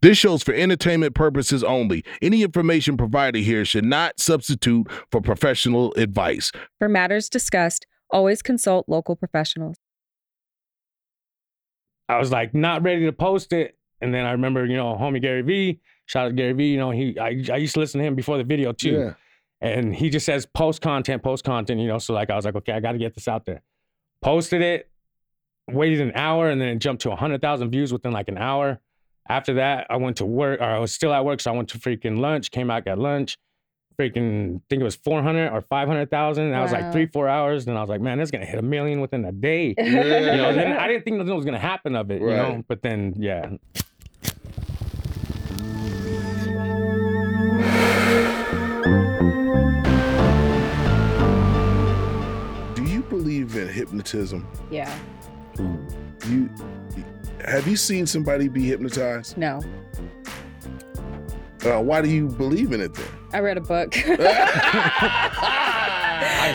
This show's for entertainment purposes only. Any information provided here should not substitute for professional advice. For matters discussed, always consult local professionals. I was like not ready to post it, and then I remember you know homie Gary V. Shout out to Gary V. You know he I I used to listen to him before the video too. Yeah. And he just says post content, post content, you know. So like I was like, okay, I gotta get this out there. Posted it, waited an hour, and then it jumped to hundred thousand views within like an hour. After that, I went to work, or I was still at work, so I went to freaking lunch, came out, got lunch, freaking think it was four hundred or five hundred thousand. That was like Wow. three, four hours. Then I was like, man, this is gonna hit a million within a day. You know, then I didn't think nothing was gonna happen of it, you know. Right. But then yeah. Do you believe in hypnotism? Yeah. You have you seen somebody be hypnotized? No. Uh, why do you believe in it then? I read a book. I've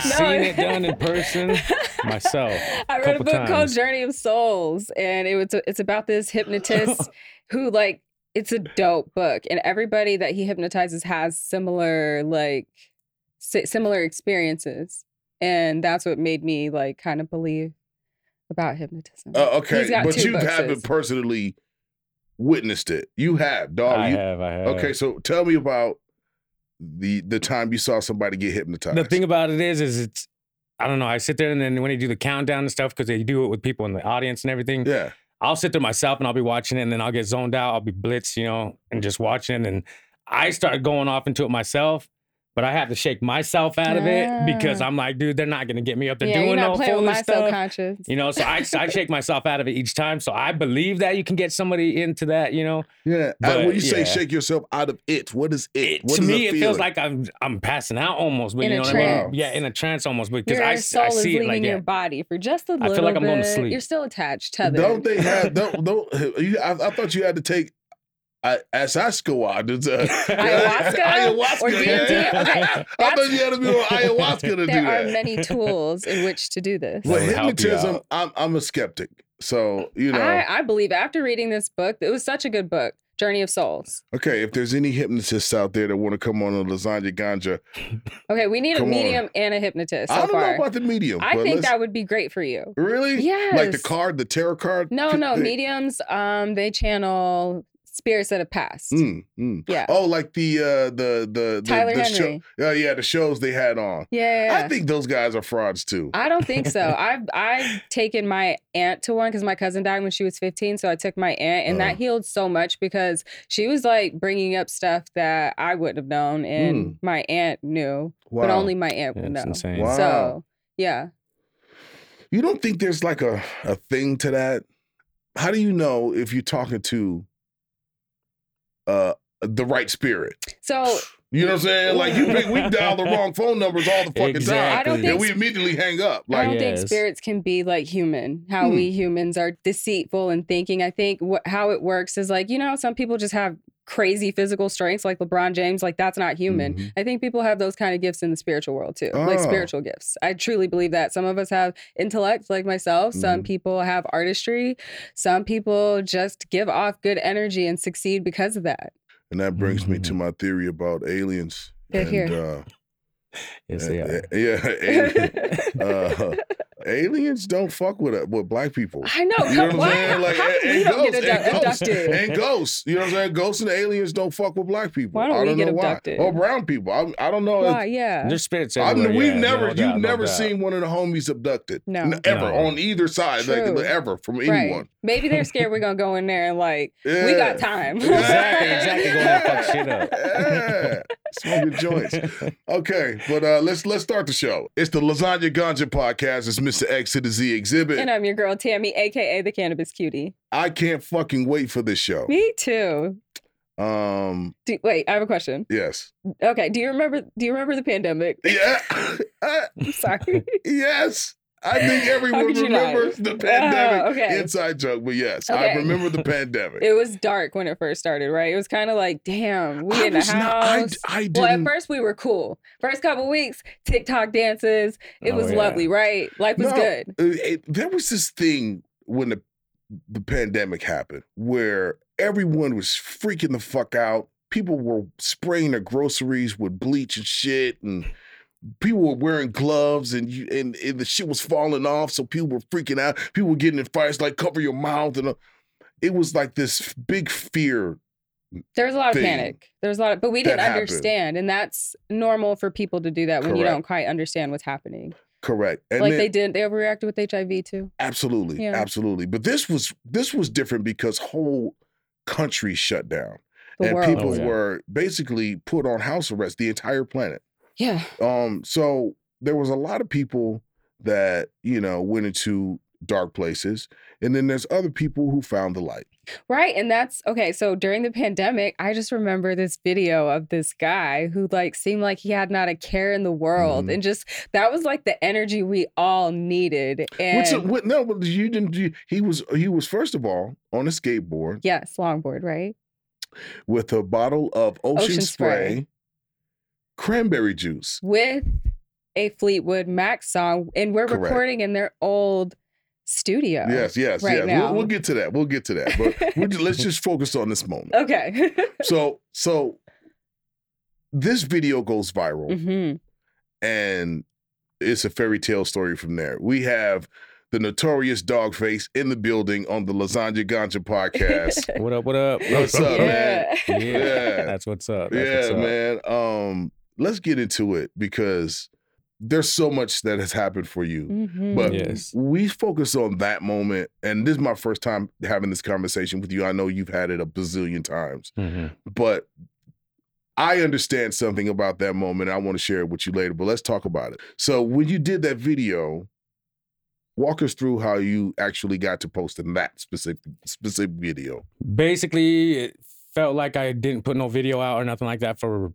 No. seen it done in person myself. I read a couple book called times. Journey of Souls, and it was it's about this hypnotist who like it's a dope book, and everybody that he hypnotizes has similar like si- similar experiences, and that's what made me like kind of believe about hypnotism. Uh, okay, He's got but two you boxes. haven't personally witnessed it. You have, dog. I Oh, you, have, I have. Okay, so tell me about the the time you saw somebody get hypnotized. The thing about it is, is it's I don't know. I sit there and then when they do the countdown and stuff, because they do it with people in the audience and everything. yeah, I'll sit there myself and I'll be watching it, and then I'll get zoned out. I'll be blitzed, you know, and just watching. And I start going off into it myself. But I have to shake myself out of it because Ah. I'm like, dude, they're not gonna get me up. They're yeah, doing you're not no playing with foolish my stuff. subconscious. You know, so I, I shake myself out of it each time. So I believe that you can get somebody into that, you know. yeah. But, Uh, when you say yeah. shake yourself out of it, what is it? It, What to is me, the it feels feeling? like I'm I'm passing out almost, but In you a know what I mean? trance. Yeah, in a trance almost because Your I, s- soul I is see it leaving like your that. body for just a feel little like I'm bit. going to sleep. You're still attached, tethered. Don't they have? Don't don't. You, I, I thought you had to take. I, Asasquawa, dude. Uh, Ayahuasca ayahuasca. or yeah. DMT? Okay, I that's- thought you had to be on ayahuasca to do there that. are many tools in which to do this. Well, That would help you hypnotism. out. I'm I'm a skeptic, so you know. I, I believe after reading this book, it was such a good book, Journey of Souls. okay, if there's any hypnotists out there that want to come on a lasagna ganja, Okay, we need Come a on. medium and a hypnotist. So I don't far. know about the medium. I but think let's- that would be great for you. really, like the Yes. card, the tarot card. No, no, thing? mediums, um, they channel spirits that have passed. Mm, mm. Yeah. Oh, like the uh the the the, Tyler the Henry. show. Uh, yeah, the shows they had on. Yeah. I think those guys are frauds too. I don't think so. I've I've taken my aunt to one because my cousin died when she was 15, so I took my aunt, and Uh. that healed so much because she was like bringing up stuff that I wouldn't have known, and Mm. my aunt knew, wow. but only my aunt would That's know. insane. Wow. So yeah, you don't think there's like a a thing to that? How do you know if you're talking to uh the right spirit? so You know what I'm saying? Like you pick, we dial the wrong phone numbers all the fucking Exactly. I don't time, and think we immediately hang up. I Like don't think Yes. spirits can be like human. How Hmm. we humans are deceitful and thinking. I think wh- how it works is like you know some people just have crazy physical strengths, like LeBron James. Like that's not human. Mhm. I think people have those kind of gifts in the spiritual world too, like Oh. spiritual gifts. I truly believe that some of us have intellect, like myself. Some Mhm. people have artistry. Some people just give off good energy and succeed because of that. and that brings me Mm. to my theory about aliens. They're and, here. Uh, Yes, they uh, are. yeah, aliens. Uh, aliens don't fuck with uh, with black people. I know. You know what come- I'm why? saying? Like, how and, come we and don't ghosts, get abdu- and ghosts, abducted? and ghosts. You know what I'm saying? Ghosts and aliens don't fuck with black people. Why don't I we don't get know why. abducted? Or brown people. I, I don't know. Why? Yeah. There's spirits I mean, everywhere. we've yeah, never, no you've doubt, no never doubt. seen one of the homies abducted. No. N- ever No. on either side, like, True. ever from Right. anyone. Maybe they're scared we're gonna go in there and like we Yeah. got time. Exactly, exactly. Go ahead and fuck shit up. Yeah. Smoke your joints. Okay, but uh, let's let's start the show. It's the Lasagna Ganja podcast. It's Mr. X to the Z exhibit. and uh, I'm your girl Tammy, aka the cannabis cutie. I can't fucking wait for this show. Me too. Um, Do, wait, I have a question. yes. Okay, do you remember? Do you remember the pandemic? Yeah. Uh, I'm sorry. yes. I think How everyone could you not? remembers the pandemic. Oh, okay. Inside joke, but yes, I Okay. remember the pandemic. it was dark when it first started, right? It was kind of like, damn, we I in the was house. not- I d- I well, at didn't- first we were cool. First couple weeks, TikTok dances. It Oh, was yeah. lovely, right? Life was No, good. uh, it- it- there was this thing when the the pandemic happened where Everyone was freaking the fuck out. People were spraying their groceries with bleach and shit, and people were wearing gloves, and you and, and the shit was falling off. So people were freaking out. People were getting in fights, like cover your mouth, and uh, it was like this big fear. There was a lot of thing panic. There was a lot of, but we that didn't happened. understand, and that's normal for people to do that when you Correct. don't quite understand what's happening. Correct. And like then- they did, they overreacted with HIV too. Absolutely, Yeah. absolutely. But this was this was different because whole countries shut down The and world, people Oh, yeah. were basically put on house arrest. The entire planet. yeah, Um, so there was a lot of people that you know went into dark places, and then there's other people who found the light. right. And that's okay. So during the pandemic, I just remember this video of this guy who like seemed like he had not a care in the world, Mhm. and just that was like the energy we all needed. And Which uh, what, no, but you didn't. You, he was he was first of all on a skateboard yes, longboard, right? with a bottle of ocean, Ocean spray, spray. cranberry juice. with a Fleetwood Mac song, and we're Correct. recording in their old studio. Yes, yes, yes. right We'll, we'll now. get to that. We'll get to that. But we're, ju- let's just focus on this moment. Okay. So, so this video goes viral, hmm and it's a fairy tale story from there. We have the notorious Dogface in the building on the Lasagna Ganja podcast. What up? What up? What's up, man? Yeah. Yeah. that's what's up. That's what's yeah, up. man. Um, let's get into it because there's so much that has happened for you. Mhm. But Yes. we focus on that moment, and this is my first time having this conversation with you. I know you've had it a bazillion times. Mhm. but I understand something about that moment. and I want to share it with you later, but let's talk about it. So when you did that video, walk us through how you actually got to posting that specific specific video. Basically, it felt like I didn't put no video out or nothing like that for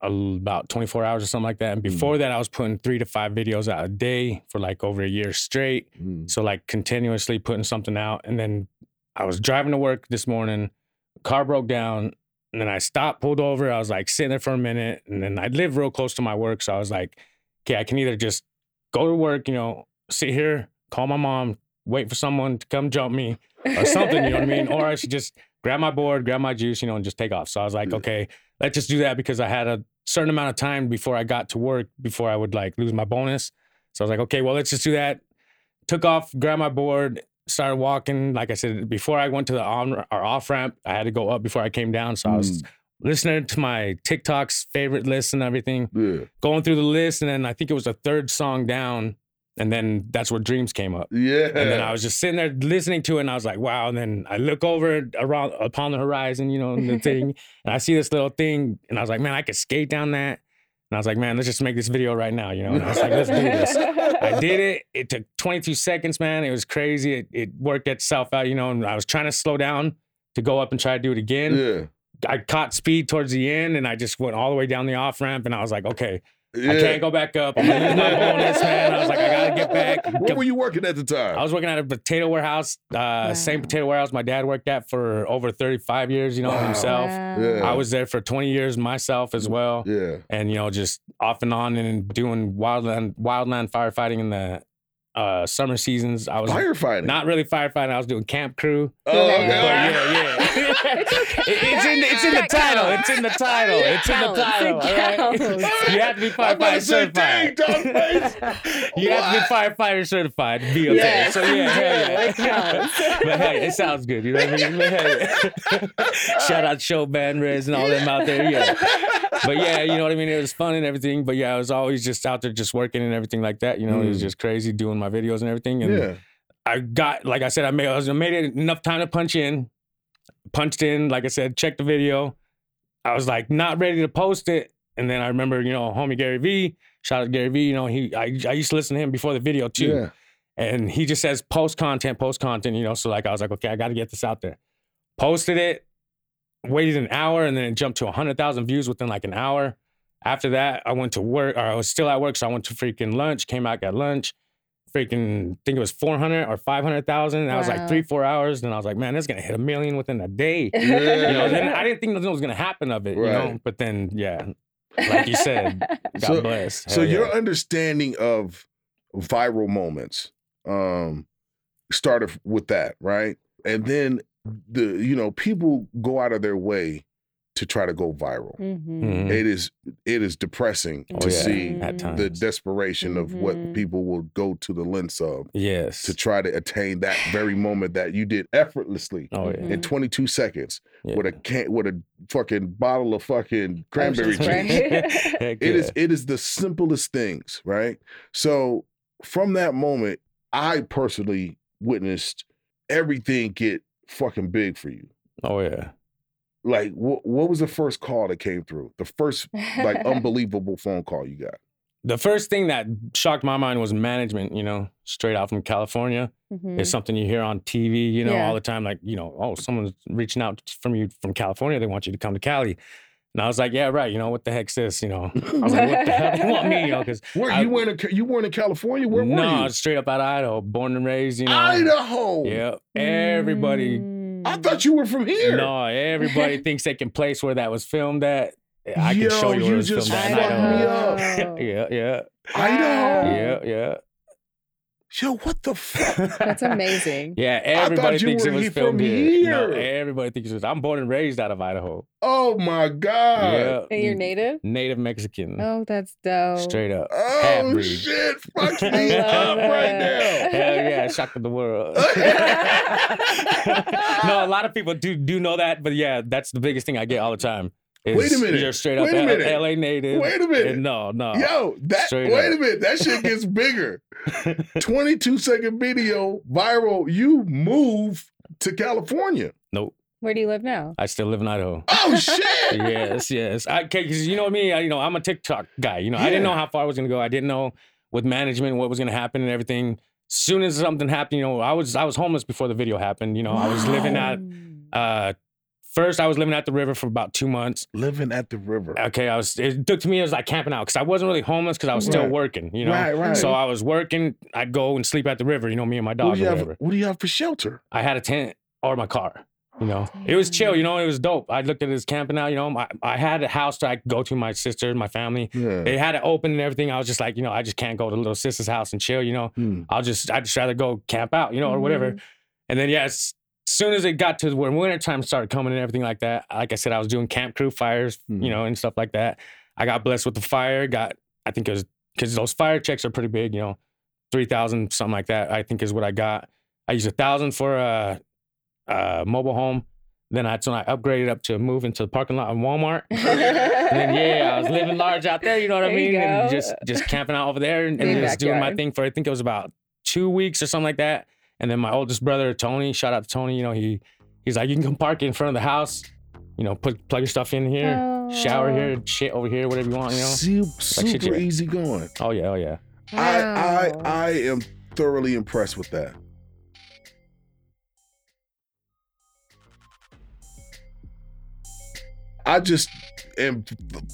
a- about 24 hours or something like that. And before that, I was putting three to five videos out a day for like over a year straight. Hmm. So like continuously putting something out. And then I was driving to work this morning, car broke down, and then I stopped, pulled over. I was like sitting there for a minute. And then I live real close to my work. So I was like, okay, I can either just go to work, you know, sit here, call my mom, wait for someone to come jump me or something, you know what I mean? Or I should just grab my board, grab my juice, you know, and just take off. So I was like, Yeah. okay, let's just do that because I had a certain amount of time before I got to work before I would like lose my bonus. So I was like, okay, well, let's just do that. Took off, grabbed my board, started walking. Like I said, before I went to the on or off ramp, I had to go up before I came down. So I was Mm. listening to my TikToks, favorite list, and everything yeah, going through the list, and then I think it was the third song down, and then that's where Dreams came up. yeah. And then I was just sitting there listening to it, and I was like, "Wow!" And then I look over around upon the horizon, you know, and the thing, and I see this little thing, and I was like, "Man, I could skate down that." And I was like, "Man, let's just make this video right now," you know. And I was like, "Let's do this." I did it. It took 22 seconds, man. It was crazy. It, it worked itself out, you know. And I was trying to slow down to go up and try to do it again. Yeah, I caught speed towards the end, and I just went all the way down the off ramp, and I was like, "Okay, I yeah. can't go back up. I'm gonna lose my bonus, man. I was like, I gotta get back. Where were you working at the time? I was working at a potato warehouse, uh, same Wow. potato warehouse my dad worked at for over 35 years, you know, Wow. himself. Yeah. Mm-hmm. I was there for 20 years myself as well. yeah, And, you know, just off and on and doing wildland, wildland firefighting in the uh, summer seasons. I was firefighting. not really firefighting, I was doing camp crew. oh, Yeah. okay. But yeah, yeah. It's okay. It- it's in the, it's in the That title. counts. It's in the title. It's in the Counts. It title. all right? counts. You have to be I'm about to firefighter say, dang, certified. dogface. You have to be firefighter certified to be a Yes, So yeah, hell yeah, yeah. that counts. but hey, it sounds good. You know what I mean? But, hey, shout out Show Band Reds and all them out there. Yeah. But yeah, you know what I mean? It was fun and everything. But yeah, I was always just out there just working and everything like that. You know, it was Mm. just crazy doing my videos and everything. And yeah, I got, like I said, I made, I was- I made it enough time to punch in. Punched in, like I said, checked the video. I was like not ready to post it, and then I remember, you know, homie Gary V. Shout out Gary V. You know, he I, I used to listen to him before the video too, yeah. and he just says post content, post content. You know, so like I was like, okay, I got to get this out there. Posted it, waited an hour, and then it jumped to hundred thousand views within like an hour. After that, I went to work, or I was still at work, so I went to freaking lunch. Came out, got lunch. Freaking, think it was four hundred or five hundred thousand. That was like Wow. three, four hours. Then I was like, man, that's gonna hit a million within a day. Yeah. You know, then I didn't think nothing was gonna happen of it, you know. Right. But then, yeah, like you said, God So- bless. So Hell yeah. Oh, your understanding of viral moments um started with that, right? And then the you know people go out of their way to try to go viral. Mm-hmm. Mhm. It is it is depressing Oh, to yeah. see At times. the desperation of what Mhm. people will go to the lengths of yes. to try to attain that very moment that you did effortlessly oh yeah. in 22 seconds yeah. with a can with a fucking bottle of fucking cranberry juice. Ocean's Right. Heck It yeah. is it is the simplest things, right? So from that moment, I personally witnessed everything get fucking big for you. Oh yeah. Like what what was the first call that came through? The first like um, unbelievable phone call you got. The first thing that shocked my mind was management. You know, straight out from California. Mhm. Mm-hmm. It's something you hear on TV. You know, Yeah. all the time. Like you know, oh, someone's reaching out from you from California. They want you to come to Cali. And I was like, yeah, right. You know, what the heck's this? You know, I was like, what the hell? You want me? You know, because Where I- you weren't in, Ca- you weren't in California? Where no, I were you? was straight up out of Idaho, born and raised. You know, Idaho. Yeah, everybody. Mm-hmm. I thought you were from here. No, everybody thinks they can place where that was filmed at. I can show Yo, you where you it was just filmed at. in fucked me Idaho. up. Yeah, yeah, Idaho. yeah, yeah. Yo, what the fuck? That's amazing. Yeah, thought everybody you thinks were it was he filmed from here. No, here. everybody thinks it was. I'm born and raised out of Idaho. Oh my god. yeah, And you're native? native Mexican, Oh, that's dope. Mm-hmm. straight up, half Oh breed. shit! Fuck I me up love right that. now. Hell yeah, shock of the world. no, a lot of people do do know that, but yeah, that's the biggest thing I get all the time. is Wait a minute. You're straight up Wait a L- minute. LA native. Wait a minute. And no, no. Yo, that Straight wait up. a minute, that shit gets bigger. Twenty-two second video viral. You move to California. Nope. Where do you live now? I still live in Idaho. Oh shit! yes, yes. I because you know me, I, you know I'm a TikTok guy. You know I didn't Yeah. know how far I was gonna go. I didn't know with management what was gonna happen and everything. Soon as something happened, you know I was I was homeless before the video happened. You know I was living at uh, first I was living at the river for about two months. Living at the river. Okay, I was it took to me it was like camping out because I wasn't really homeless because I was still Right. working. You know. right, right. So I was working. I'd go and sleep at the river. You know, me and my what dog do or you whatever. have? What do you have for shelter? I had a tent or my car. You know, it was chill. You know, it was dope. I looked at this camping out. You know, my, I had a house that I could go to. My sister, my family, Yeah. they had it open and everything. I was just like, you know, I just can't go to little sister's house and chill. You know, Hmm. I'll just, I just rather go camp out. You know, or whatever. Mm-hmm. And then yes, as soon as it got to where winter time started coming and everything like that, like I said, I was doing camp crew fires, Mhm. you know, and stuff like that. I got blessed with the fire. Got I think it was because those fire checks are pretty big, you know, three thousand something like that. I think is what I got. I used a thousand for a, a mobile home. Then that's when I upgraded up to move into the parking lot in Walmart. And then yeah, I was living large out there. You know what I There you mean? And go. just just camping out over there and, and Big just doing my backyard. thing for I think it was about two weeks or something like that. And then my oldest brother Tony, shout out to Tony. You know he he's like you can come park it in front of the house. You know put plug your stuff in here, shower Aw. here, shit over here, whatever you want. You know. Su- Like shit, super yeah. easy going. Oh yeah, oh yeah. I Wow. I I am thoroughly impressed with that. I just am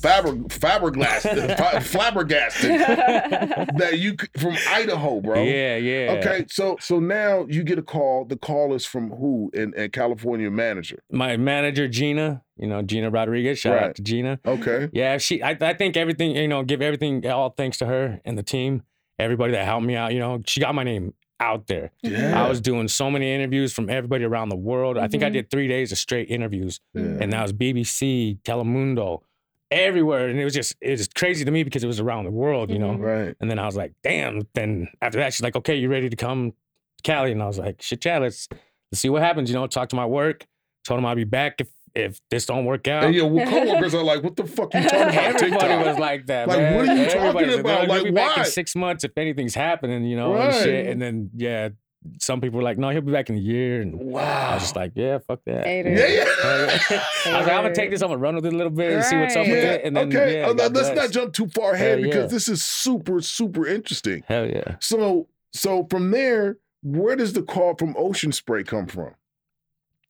fabri- fabergasted, fa- flabbergasted that you c- from Idaho, bro. Yeah, yeah. Okay, so so now you get a call. The call is from who? And and California manager. My manager Gina, you know Gina Rodriguez. Shout Right. out to Gina. Okay. Yeah, she. I, I think everything. You know, give everything. All thanks to her and the team. Everybody that helped me out. You know, she got my name out there. Yeah. I was doing so many interviews from everybody around the world. I think I Mhm. did three days of straight interviews, Yeah. and that was BBC, Telemundo, everywhere. And it was just it was crazy to me because it was around the world, you know. Mhm. Right. And then I was like, damn. Then after that, she's like, okay, you ready to come to Cali? And I was like, shit, yeah, let's let's see what happens. You know, talk to my work. Told them I'd be back if if this don't work out. And your coworkers are like, "What the fuck you talking about?" Everybody TikTok? was like that. Like, man. what are you talking Everybody's about? "They'll Like, be back why?" in six months if anything's happening, you know, and Right. shit. And then yeah, some people were like, no, he'll be back in a year. And wow. I was just like, yeah, fuck that. Haters. yeah, yeah. I was like, I'm gonna take this. I'm gonna run with it a little bit and see what's up Right. with Yeah, it. And then, okay, yeah, uh, now God let's bless. not jump too far ahead Hell because yeah. this is super, super interesting. Hell yeah. So, so from there, where does the call from Ocean Spray come from?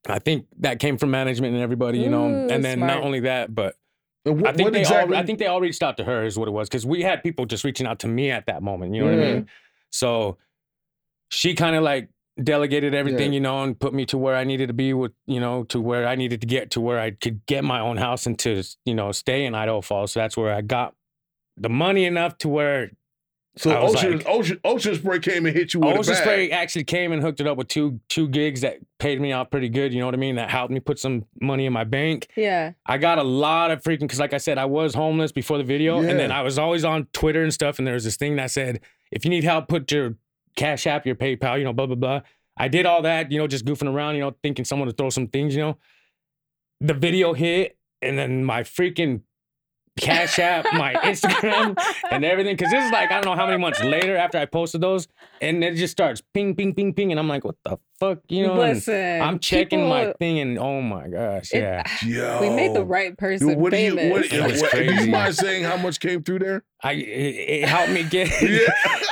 I think that came from management and everybody, you know. Ooh, and then not smart. only that, but And wh- I think they all I think they all reached out to her is what it was because we had people just reaching out to me at that moment. You know what I Yeah. mean? So she kind of like delegated everything, Yeah. you know, and put me to where I needed to be with, you know, to where I needed to get to where I could get my own house and to, you know, stay in Idaho Falls. So that's where I got the money enough to where So I was ocean, like- ocean, ocean spray came and hit you with Ocean a bag. Spray actually came and hooked it up with two two gigs that paid me out pretty good. You know what I mean? That helped me put some money in my bank. Yeah. I got a lot of freaking because, like I said, I was homeless before the video, and then Yeah. I was always on Twitter and stuff. And there was this thing that said, "If you need help, put your Cash App, your PayPal, you know, blah blah blah." I did all that, you know, just goofing around, you know, thinking someone to throw some things, you know. The video hit, and then my freaking Cash App, my Instagram, and everything. Cause this is like, I don't know how many months later after I posted those. And it just starts ping, ping, ping, ping. And I'm like, what the fuck? You know, and Listen. I'm checking my people- thing and oh my gosh. it- yeah. Yo. We made the right Dude, person what do Oh. you? What, famous. That was what, do you crazy. mind saying how much came through there? I it, it helped me get Yeah.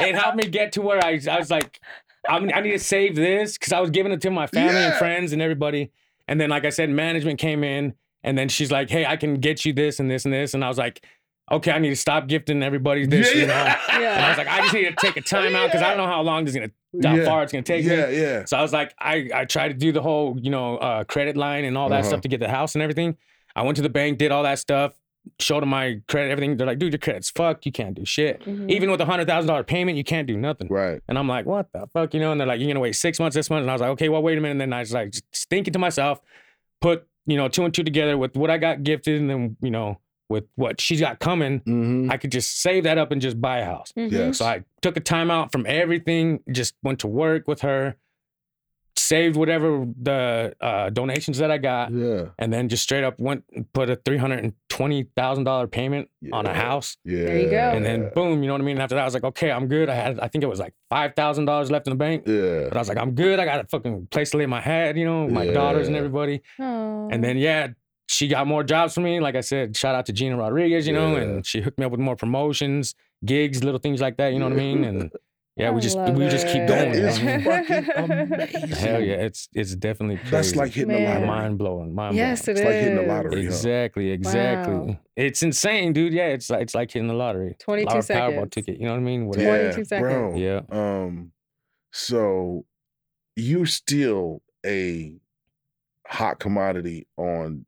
it helped me get to where I, I was like, I'm, I need to save this because I was giving it to my family and Yeah. friends and everybody. And then, like I said, management came in and then she's like, hey, I can get you this and this and this. And I was like, okay, I need to stop gifting everybody this, you know. And I was like, I just need to take a time out because I don't know how long this is gonna how Yeah. far it's gonna take yeah, me. yeah. So I was like, I I tried to do the whole you know uh, credit line and all that Uh-huh. stuff to get the house and everything. I went to the bank, did all that stuff, showed them my credit, everything. They're like, dude, your credit's fucked. You can't do shit. Mhm. Even with a hundred thousand dollar payment, you can't do nothing. Right. And I'm like, what the fuck, you know? And they're like, you're gonna wait six months this month. And I was like, okay, well, wait a minute. And then I was like, just thinking to myself, put you know two and two together with what I got gifted, and then you know with what she's got coming. Mm-hmm. I could just save that up and just buy a house. Mhm. Yes. So I took a time out from everything, just went to work with her, saved whatever the uh, donations that I got, yeah. and then just straight up went and put a three hundred and twenty thousand dollar payment on Yeah. Oh, a house, Yeah. you go. and then boom, you know what I mean. After that, I was like, okay, I'm good. I had, I think it was like five thousand dollars left in the bank. yeah. But I was like, I'm good. I got a fucking place to lay my head, you know, my daughters and Yeah. everybody. Aw. And then yeah, she got more jobs for me. Like I said, shout out to Gina Rodriguez, you know, Yeah. and she hooked me up with more promotions, gigs, little things like that. You know what I mean? And yeah, we I just love we just keep it. going. That you is know? fucking amazing. Hell yeah, it's it's definitely crazy. That's like hitting Man. a lottery. mind blowing. Mind yes, It's it like hitting the is. lottery. blowing. huh? Exactly, exactly. Wow. It's insane, dude. Yeah, it's like it's like hitting the lottery. 22 Lottery seconds. Powerball ticket. You know what I mean? Whatever. 22 Yeah, bro. seconds. Yeah. Um, so you're still a hot commodity on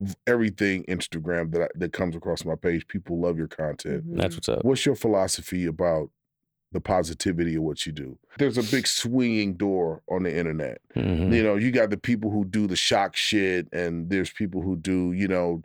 v- everything Instagram that I, that comes across my page. People love your content. Mhm. That's what's up. What's your philosophy about the positivity of what you do? There's a big swinging door on the internet. Mhm. You know, you got the people who do the shock shit, and there's people who do, you know,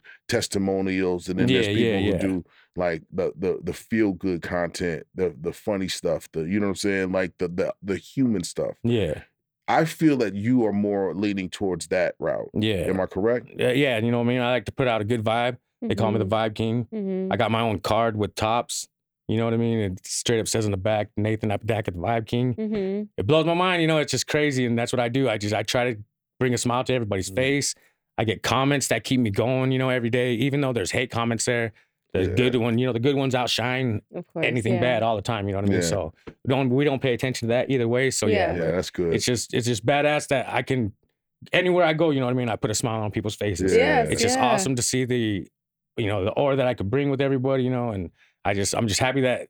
testimonials, and then there's Yeah, people yeah, who yeah. do like the the the feel good content, the the funny stuff, the you know what I'm saying, like the the the human stuff. Yeah. I feel that you are more leaning towards that route. Yeah. Am I correct? Yeah, yeah, you know what I mean? I like to put out a good vibe. They call me the Mhm. Vibe King. Mhm. I got my own card with tops. You know what I mean? It straight up says in the back, Nathan Apodaca, the Vibe King. Mhm. It blows my mind. You know, it's just crazy, and that's what I do. I just I try to bring a smile to everybody's Mhm. face. I get comments that keep me going. You know, every day, even though there's hate comments there, the Yeah. good one. You know, the good ones outshine Of course. anything yeah. bad all the time. You know what I mean? Yeah. So don't we don't pay attention to that either way. So Yeah. yeah, Yeah, that's good. it's just it's just badass that I can anywhere I go. You know what I mean? I put a smile on people's faces Yes, it's just yeah. awesome to see the you know the aura that I could bring with everybody, you know, and I just I'm just happy that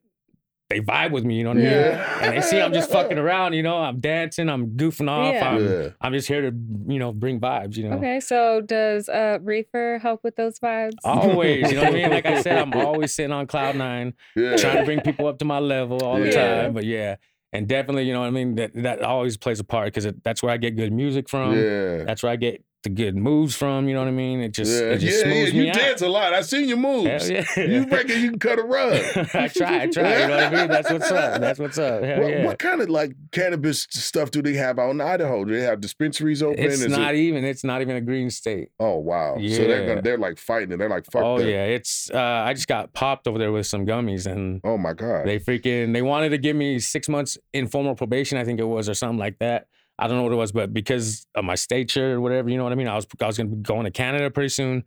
they vibe with me, you know what I mean? Yeah. And they see I'm just fucking around, you know, I'm dancing, I'm goofing off, Yeah. I'm Yeah. I'm just here to you know bring vibes, you know. Okay, so does uh, Reefer help with those vibes? Oh, Always, you know what I mean? Like I said, I'm always sitting on cloud nine, Yeah. trying to bring people up to my level all the Yeah. time. But yeah, and definitely, you know what I mean? That that always plays a part because that's where I get good music from. yeah. That's where I get the good moves from. You know what I mean? It just yeah. it just yeah, yeah. smooths me You out. dance a lot. I seen your moves. Hell yeah. You reckon you can cut a rug. I try, I try. You know what I mean? That's what's up. That's what's up. Hell What, yeah. what kind of like cannabis stuff do they have out in Idaho? Do they have dispensaries open? it's Is not It, even. It's not even a green state. oh wow! So they're gonna, Yeah. they're like fighting it. They're like fuck oh that. yeah, it's. Uh, I just got popped over there with some gummies, and Oh my god! they freaking. They wanted to give me six months informal probation. I think it was, or something like that. I don't know what it was, but because of my stature or whatever, you know what I mean. I was I was gonna be going to Canada pretty soon.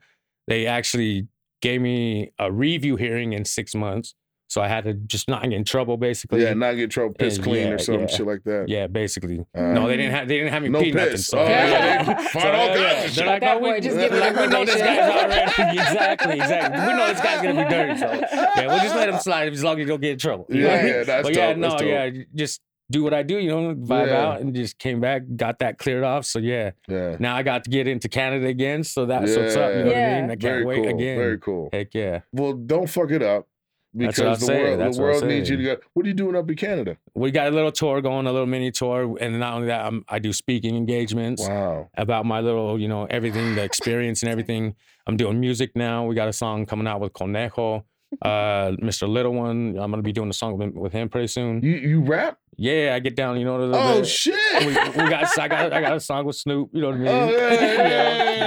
They actually gave me a review hearing in six months, so I had to just not get in trouble basically. yeah, not get trouble piss Yeah, clean yeah, or something yeah. shit like that. Yeah, basically. Uh, no, they didn't have they didn't have me no pee nothing. piss. So, Oh, yeah, they find all kinds of shit. They're like, At that oh, we, point, just they're give him like, we know this guy's information. already exactly, exactly. We know this guy's gonna be dirty. So yeah, we'll just let him slide as long as he don't get in trouble. You know what I yeah, mean? yeah, that's but yeah, dope, no, that's dope. yeah, just do what I do, you know, vibe Yeah. out, and just came back, got that cleared off. So yeah, yeah. now I got to get into Canada again. So that's what's up. You know what I Yeah. mean? I can't Very wait cool. again. Very cool. Heck yeah. Well, don't fuck it up. That's what I Because the say, world, that's the what I world needs you to say. go. What are you doing up in Canada? We got a little tour going, a little mini tour, and not only that, I'm, I do speaking engagements Wow. about my little, you know, everything, the experience and everything. I'm doing music now. We got a song coming out with Conejo, uh, Mr. Little One. I'm gonna be doing a song with- with him pretty soon. You you rap? Yeah, I get down, you know. a little Oh bit. shit! we, we got, I got, I got a song with Snoop. You know what I mean? Oh, yeah, yeah, yeah, yeah,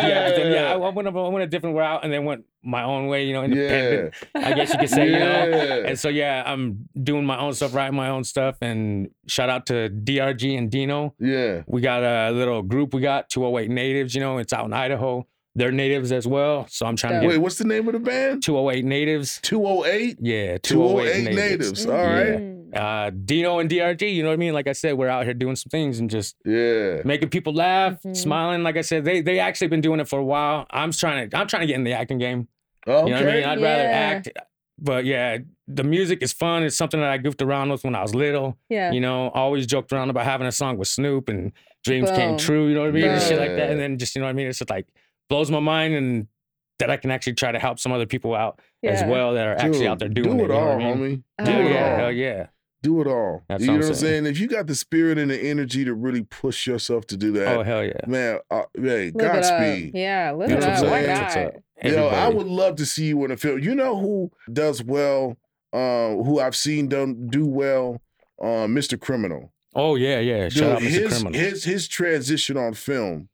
yeah, yeah, but then, yeah, yeah, I, yeah. I went, a- I went a different route and then went my own way. You know, yeah, independent. I guess you could say, you know. yeah. And so yeah, I'm doing my own stuff, writing my own stuff, and shout out to DRG and Dino. yeah. We got a little group we got 208 Natives. You know, it's out in Idaho. They're natives as well, so I'm trying to Wait, get what's the name of the band? 208 Natives. Two oh eight. Yeah, 208 208, Natives. Natives. All right. Mm. Uh, Dino and DRG. You know what I mean? Like I said, we're out here doing some things and just Yeah. making people laugh, Mhm. smiling. Like I said, they they actually been doing it for a while. I'm trying to I'm trying to get in the acting game. Okay. You know what I mean? I'd rather Yeah. act. But yeah, the music is fun. It's something that I goofed around with when I was little. Yeah. You know, always joked around about having a song with Snoop and dreams came Boom. true. You know what I mean? And shit like that. Yeah. And then just you know what I mean? It's just like blows my mind and that I can actually try to help some other people out as Yeah. well that are actually Dude, out there doing do it, You know all, what I mean? homie. Oh, Do Hell it yeah, all. hell yeah. Do it all. That's you what know I'm what I'm saying. saying? If you got the spirit and the energy to really push yourself to do that, Oh hell yeah. man, uh, hey, Live it up. Godspeed. Yeah, live it That's what up. I'm saying. Why That's what's not? up. Yo, I Everybody. would love to see you in a film. You know who does well, uh, who I've seen done do well, uh, Mr. Criminal. Oh yeah, yeah. Shout out Mr. Dude, his, Criminal. his his transition on film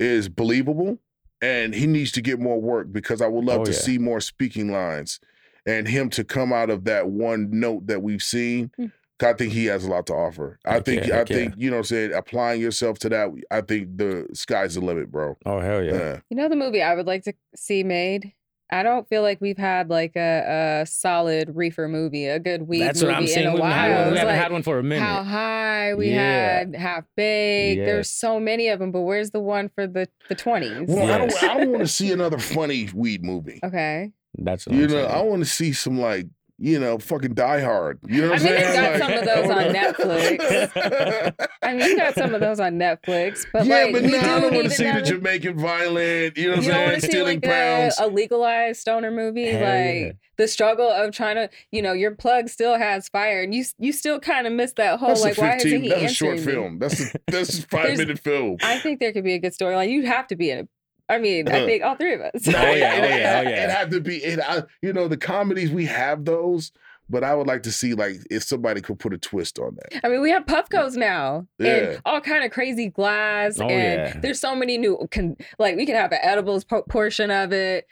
is believable, and he needs to get more work because I would love Oh, to yeah. see more speaking lines and him to come out of that one note that we've seen. Hmm. I think he has a lot to offer. I Heck think yeah, I heck yeah. think you know what I'm saying applying yourself to that. I think the sky's the limit, bro. Oh hell yeah. Yeah. You know the movie I would like to see made? I don't feel like we've had like a, a solid reefer movie, a good weed That's movie what I'm in saying. a We haven't, while. had, It one. was we haven't like, had one for a minute. How high we Yeah. had, half baked. Yeah. There's so many of them, but where's the one for the the twenties? Well, I Yes. don't. I don't want to see another funny weed movie. Okay. That's what You I'm know, saying. I want to see some like you know fucking Die Hard. You know what I'm I mean, they saying? got Like- some of those on Netflix. I mean, you got some of those on Netflix, but yeah, like but we no, I do don't want need to see another- the Jamaican violent. You know what You don't I'm want saying? to see Stealing like a, pounds. a legalized stoner movie, Hell like yeah. the struggle of trying to, you know, your plug still has fire, and you s- you still kind of miss that whole that's like a why isn't fifteen. he That's a answering short me? Oh, film. That's a, that's a five minute film. I think there could be a good storyline. You'd have to be in it. I mean, I Uh, think all three of us. No, Oh, it- yeah, it, oh, yeah, it- oh, yeah. It had to be. It, I, you know, the comedies we have those, but I would like to see like if somebody could put a twist on that. I mean, we have Puffco's now Yeah. and all kind of crazy glass, Oh, and yeah. there's so many new. Can, like we can have an edibles po- portion of it,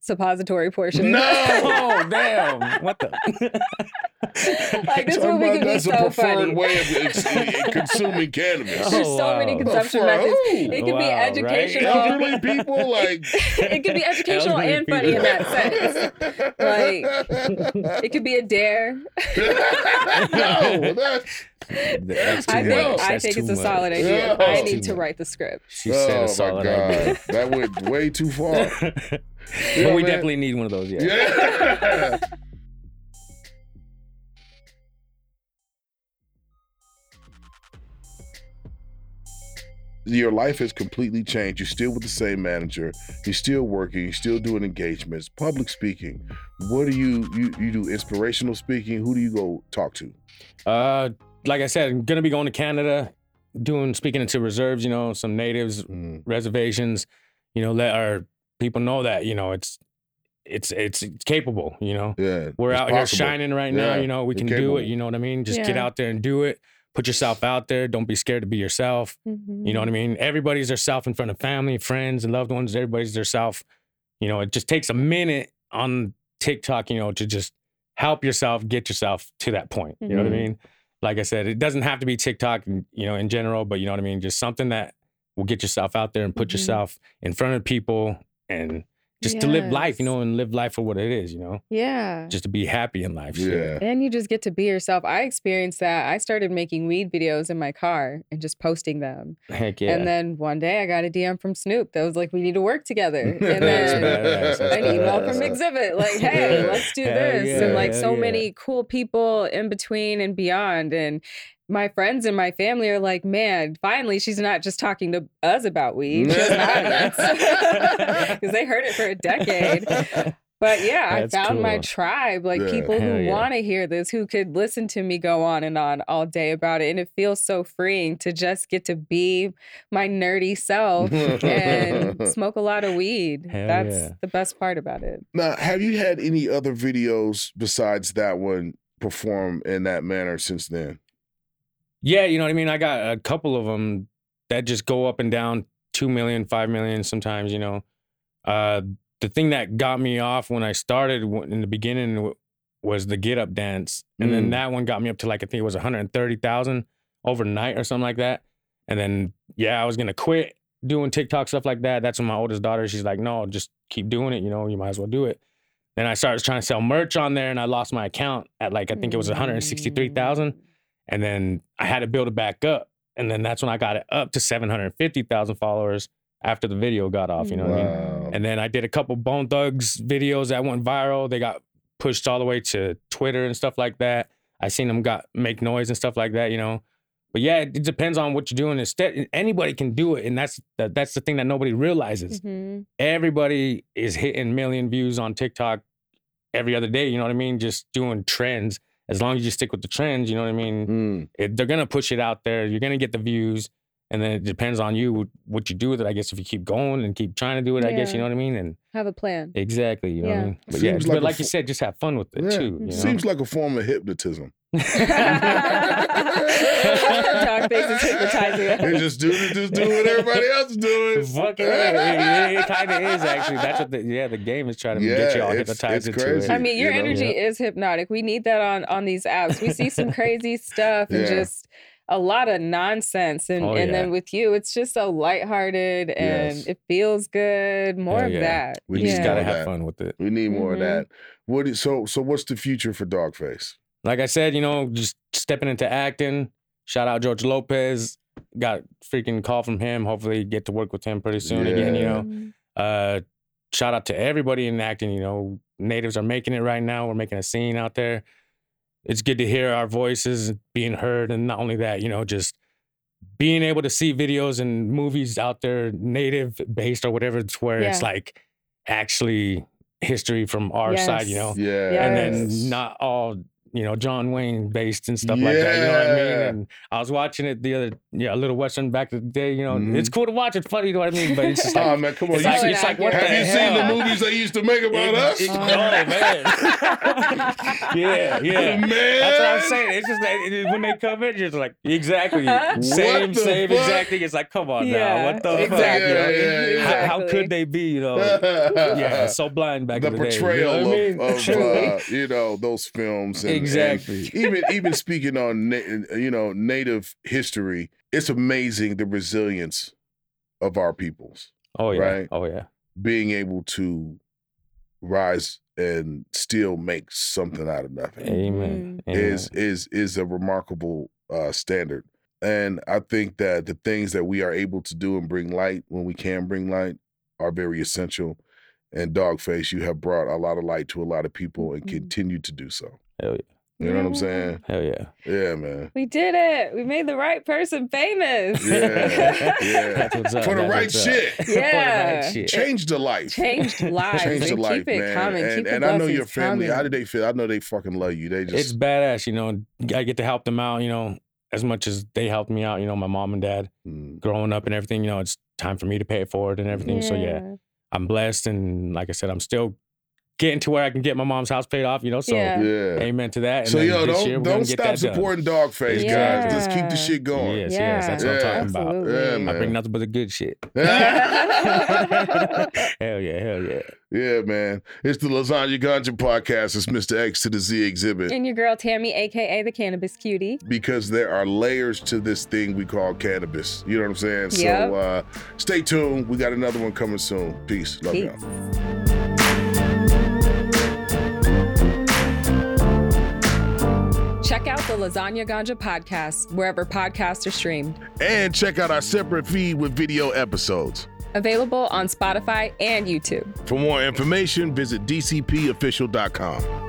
suppository portion. No! oh damn! What the? like this Talking movie about could be that's a so preferred funny. way of ex- e, consuming cannabis. There's Oh, so many wow. consumption For oh. methods. who? It could Wow, be right? educational. elderly people like It could be educational Elderly and funny in people. that sense. Like- It could be a dare. no, that's That's too I think much. I That's think too it's a much. Oh, solid idea. Yeah. I That's need too to much. write the script. She said a oh my solid god, idea. that went way too far. but we Yeah, man. definitely need one of those. Yeah. Yeah. Your life has completely changed. You're still with the same manager. You're still working. You're still doing engagements, public speaking. What do you you you do? Inspirational speaking. Who do you go talk to? Uh, like I said, I'm gonna be going to Canada, doing speaking into reserves. You know, some natives reservations. You know, let our people know that you know it's it's it's capable. You know, Yeah, we're it's out possible. here shining right now. Yeah, You know, we you're can do capable. it. You know what I mean? Just get Yeah. out there and do it. Put yourself out there. Don't be scared to be yourself. You know what Mm-hmm. I mean? Everybody's their self in front of family, friends, and loved ones. Everybody's their self. You know, it just takes a minute on TikTok, you know, to just help yourself get yourself to that point. You know what I Mhm. mean? Like I said, it doesn't have to be TikTok, n- you know, in general, but you know what I mean? Just something that will get yourself out there and put Mhm. yourself in front of people and just to live life, you Yes. know, and live life for what it is, you know, Yeah. just to be happy in life. shit. Yeah. And you just get to be yourself. I experienced that. I started making weed videos in my car and just posting them. Heck yeah. And then one day I got a DM from Snoop that was like, we need to work together. And That's then badass. That's an email from badass. Exhibit, like, hey, Yeah. let's do Hell this. yeah, and like hell so yeah. many cool people in between and beyond. And my friends and my family are like, man, finally she's not just talking to us about weed. She has an audience. Because they heard it for a decade. But yeah, I That's found my cool. tribe, like Yeah. people Hell who yeah. want to hear this, who could listen to me go on and on all day about it. And it feels so freeing to just get to be my nerdy self and smoke a lot of weed. Hell That's yeah. the best part about it. Now, have you had any other videos besides that one perform in that manner since then? Yeah, you know what I mean. I got a couple of them that just go up and down, two million, five million sometimes. You know, uh, the thing that got me off when I started w- in the beginning w- was the get up dance, and Mm. then that one got me up to like I think it was one hundred thirty thousand overnight or something like that. And then yeah, I was gonna quit doing TikTok stuff like that. That's when my oldest daughter, she's like, no, just keep doing it. You know, you might as well do it. Then I started trying to sell merch on there, and I lost my account at like I think it was one hundred sixty-three thousand. And then I had to build it back up. And then that's when I got it up to 750,000 followers after the video got off, you know what I mean? Wow. And then I did a couple Bone Thugs videos that went viral. They got pushed all the way to Twitter and stuff like that. I seen them got make noise and stuff like that, you know. But yeah, it, it depends on what you're doing. Instead, anybody can do it, and that's the, that's the thing that nobody realizes. Mhm. Everybody is hitting million views on TikTok every other day. You know what I mean? Just doing trends. As long as you stick with the trends, you know what I mean Mm. it, they're gonna push it out there. You're gonna get the views, and then it depends on you what- what you do with it. I guess if you keep going and keep trying to do it, I guess Yeah. you know what I mean. And Have a plan. exactly, you know what Yeah. I mean. But yeah, Seems but like like, a you fu- said, just have fun with it Yeah. too. You know? Seems like a form of hypnotism. Dog face is hypnotizing us. They just do just do what everybody else is doing. Fuck it, it, it, kind of is actually. That's what the yeah the game is trying to Yeah, get you all it's- it's hypnotized into crazy. it. I mean, your you know? energy is hypnotic. We need that on on these apps. We see some crazy stuff and Yeah. just a lot of nonsense. And Oh, and yeah. then with you, it's just so lighthearted and Yes. it feels good. More Hell of yeah. that. We you Yeah. just gotta All have that. fun with it. We need more Mhm. Mm-hmm. of that. What is so so what's the future for Dogface? Like I said, you know, just stepping into acting. Shout out George Lopez. Got freaking call from him. Hopefully, get to work with him pretty soon again. You Yeah. know, uh shout out to everybody in acting you know natives are making it right now we're making a scene out there it's good to hear our voices being heard and not only that you know just being able to see videos and movies out there native based or whatever to where it's Yeah. like actually history from our side you know Yes. Yeah. and Yes. then not all you know John Wayne based and stuff like that. You know what I Yeah. mean? And I was watching it the other yeah, a little western back in the day. You know, Mhm. Mm-hmm. it's cool to watch. It's funny. You know what I mean? But it's just like Oh man, come on. it's You like, see- it's like what have the you seen hell? the movies they used to make about us? It- it- oh man. yeah, yeah. Man. That's what I'm saying. It's just that it is- when they come in, you're just like exactly What same, the same, fuck? exact thing. It's like, come on Yeah, now, what the fuck? exactly. You know? Yeah, yeah, How, how could they be? You know, yeah, so blind back the in the day. you know portrayal what I mean? of, of Truly. uh, you know those films and, and Exactly. even even speaking on na- you know native history it's amazing the resilience of our peoples oh yeah. right? Oh yeah. being able to rise and still make something out of nothing Amen. Amen. Mm-hmm. is is is a remarkable uh, standard. And I think that the things that we are able to do and bring light when we can bring light are very essential. And Dogface, you have brought a lot of light to a lot of people and Mhm. continue to do so. Hell yeah. You know what I'm saying? Hell yeah. Yeah, man. We did it. We made the right person famous. Yeah. Yeah. That's what's up. For the that's right what's up. shit. For the right Yeah. shit. Change the life. Changed lives. Change and the life, keep it man. coming. and keep and the I know blessings your family. How coming. do they feel? I know they fucking love you. They it's just badass, you know. I get to help them out, you know, as much as they helped me out, you know, my mom and dad Mm, growing up and everything, you know, it's time for me to pay it forward and everything. So yeah, I'm blessed and like I said, I'm still getting to where I can get my mom's house paid off, you know. So Yeah. yeah. amen to that. And So then yo, this don't year we're gonna don't get stop that done. supporting Dogface, Yeah. guys. Just keep the shit going. Yes, Yeah. yes, that's what Yeah. I'm talking about. Absolutely. Yeah, man. I bring nothing but the good shit. yeah, hell yeah, hell yeah. man. It's the Lasagna Ganja podcast. It's Mr. X to the Z exhibit And your girl Tammy, aka the Cannabis Cutie. because there are layers to this thing we call cannabis. You know what I'm saying? Yep. So uh, stay tuned. We got another one coming soon. Peace. Love y'all. Peace. Check out the Lasagna Ganja podcast wherever podcasts are streamed. And check out our separate feed with video episodes. Available on Spotify and YouTube. For more information, visit dcpofficial.com.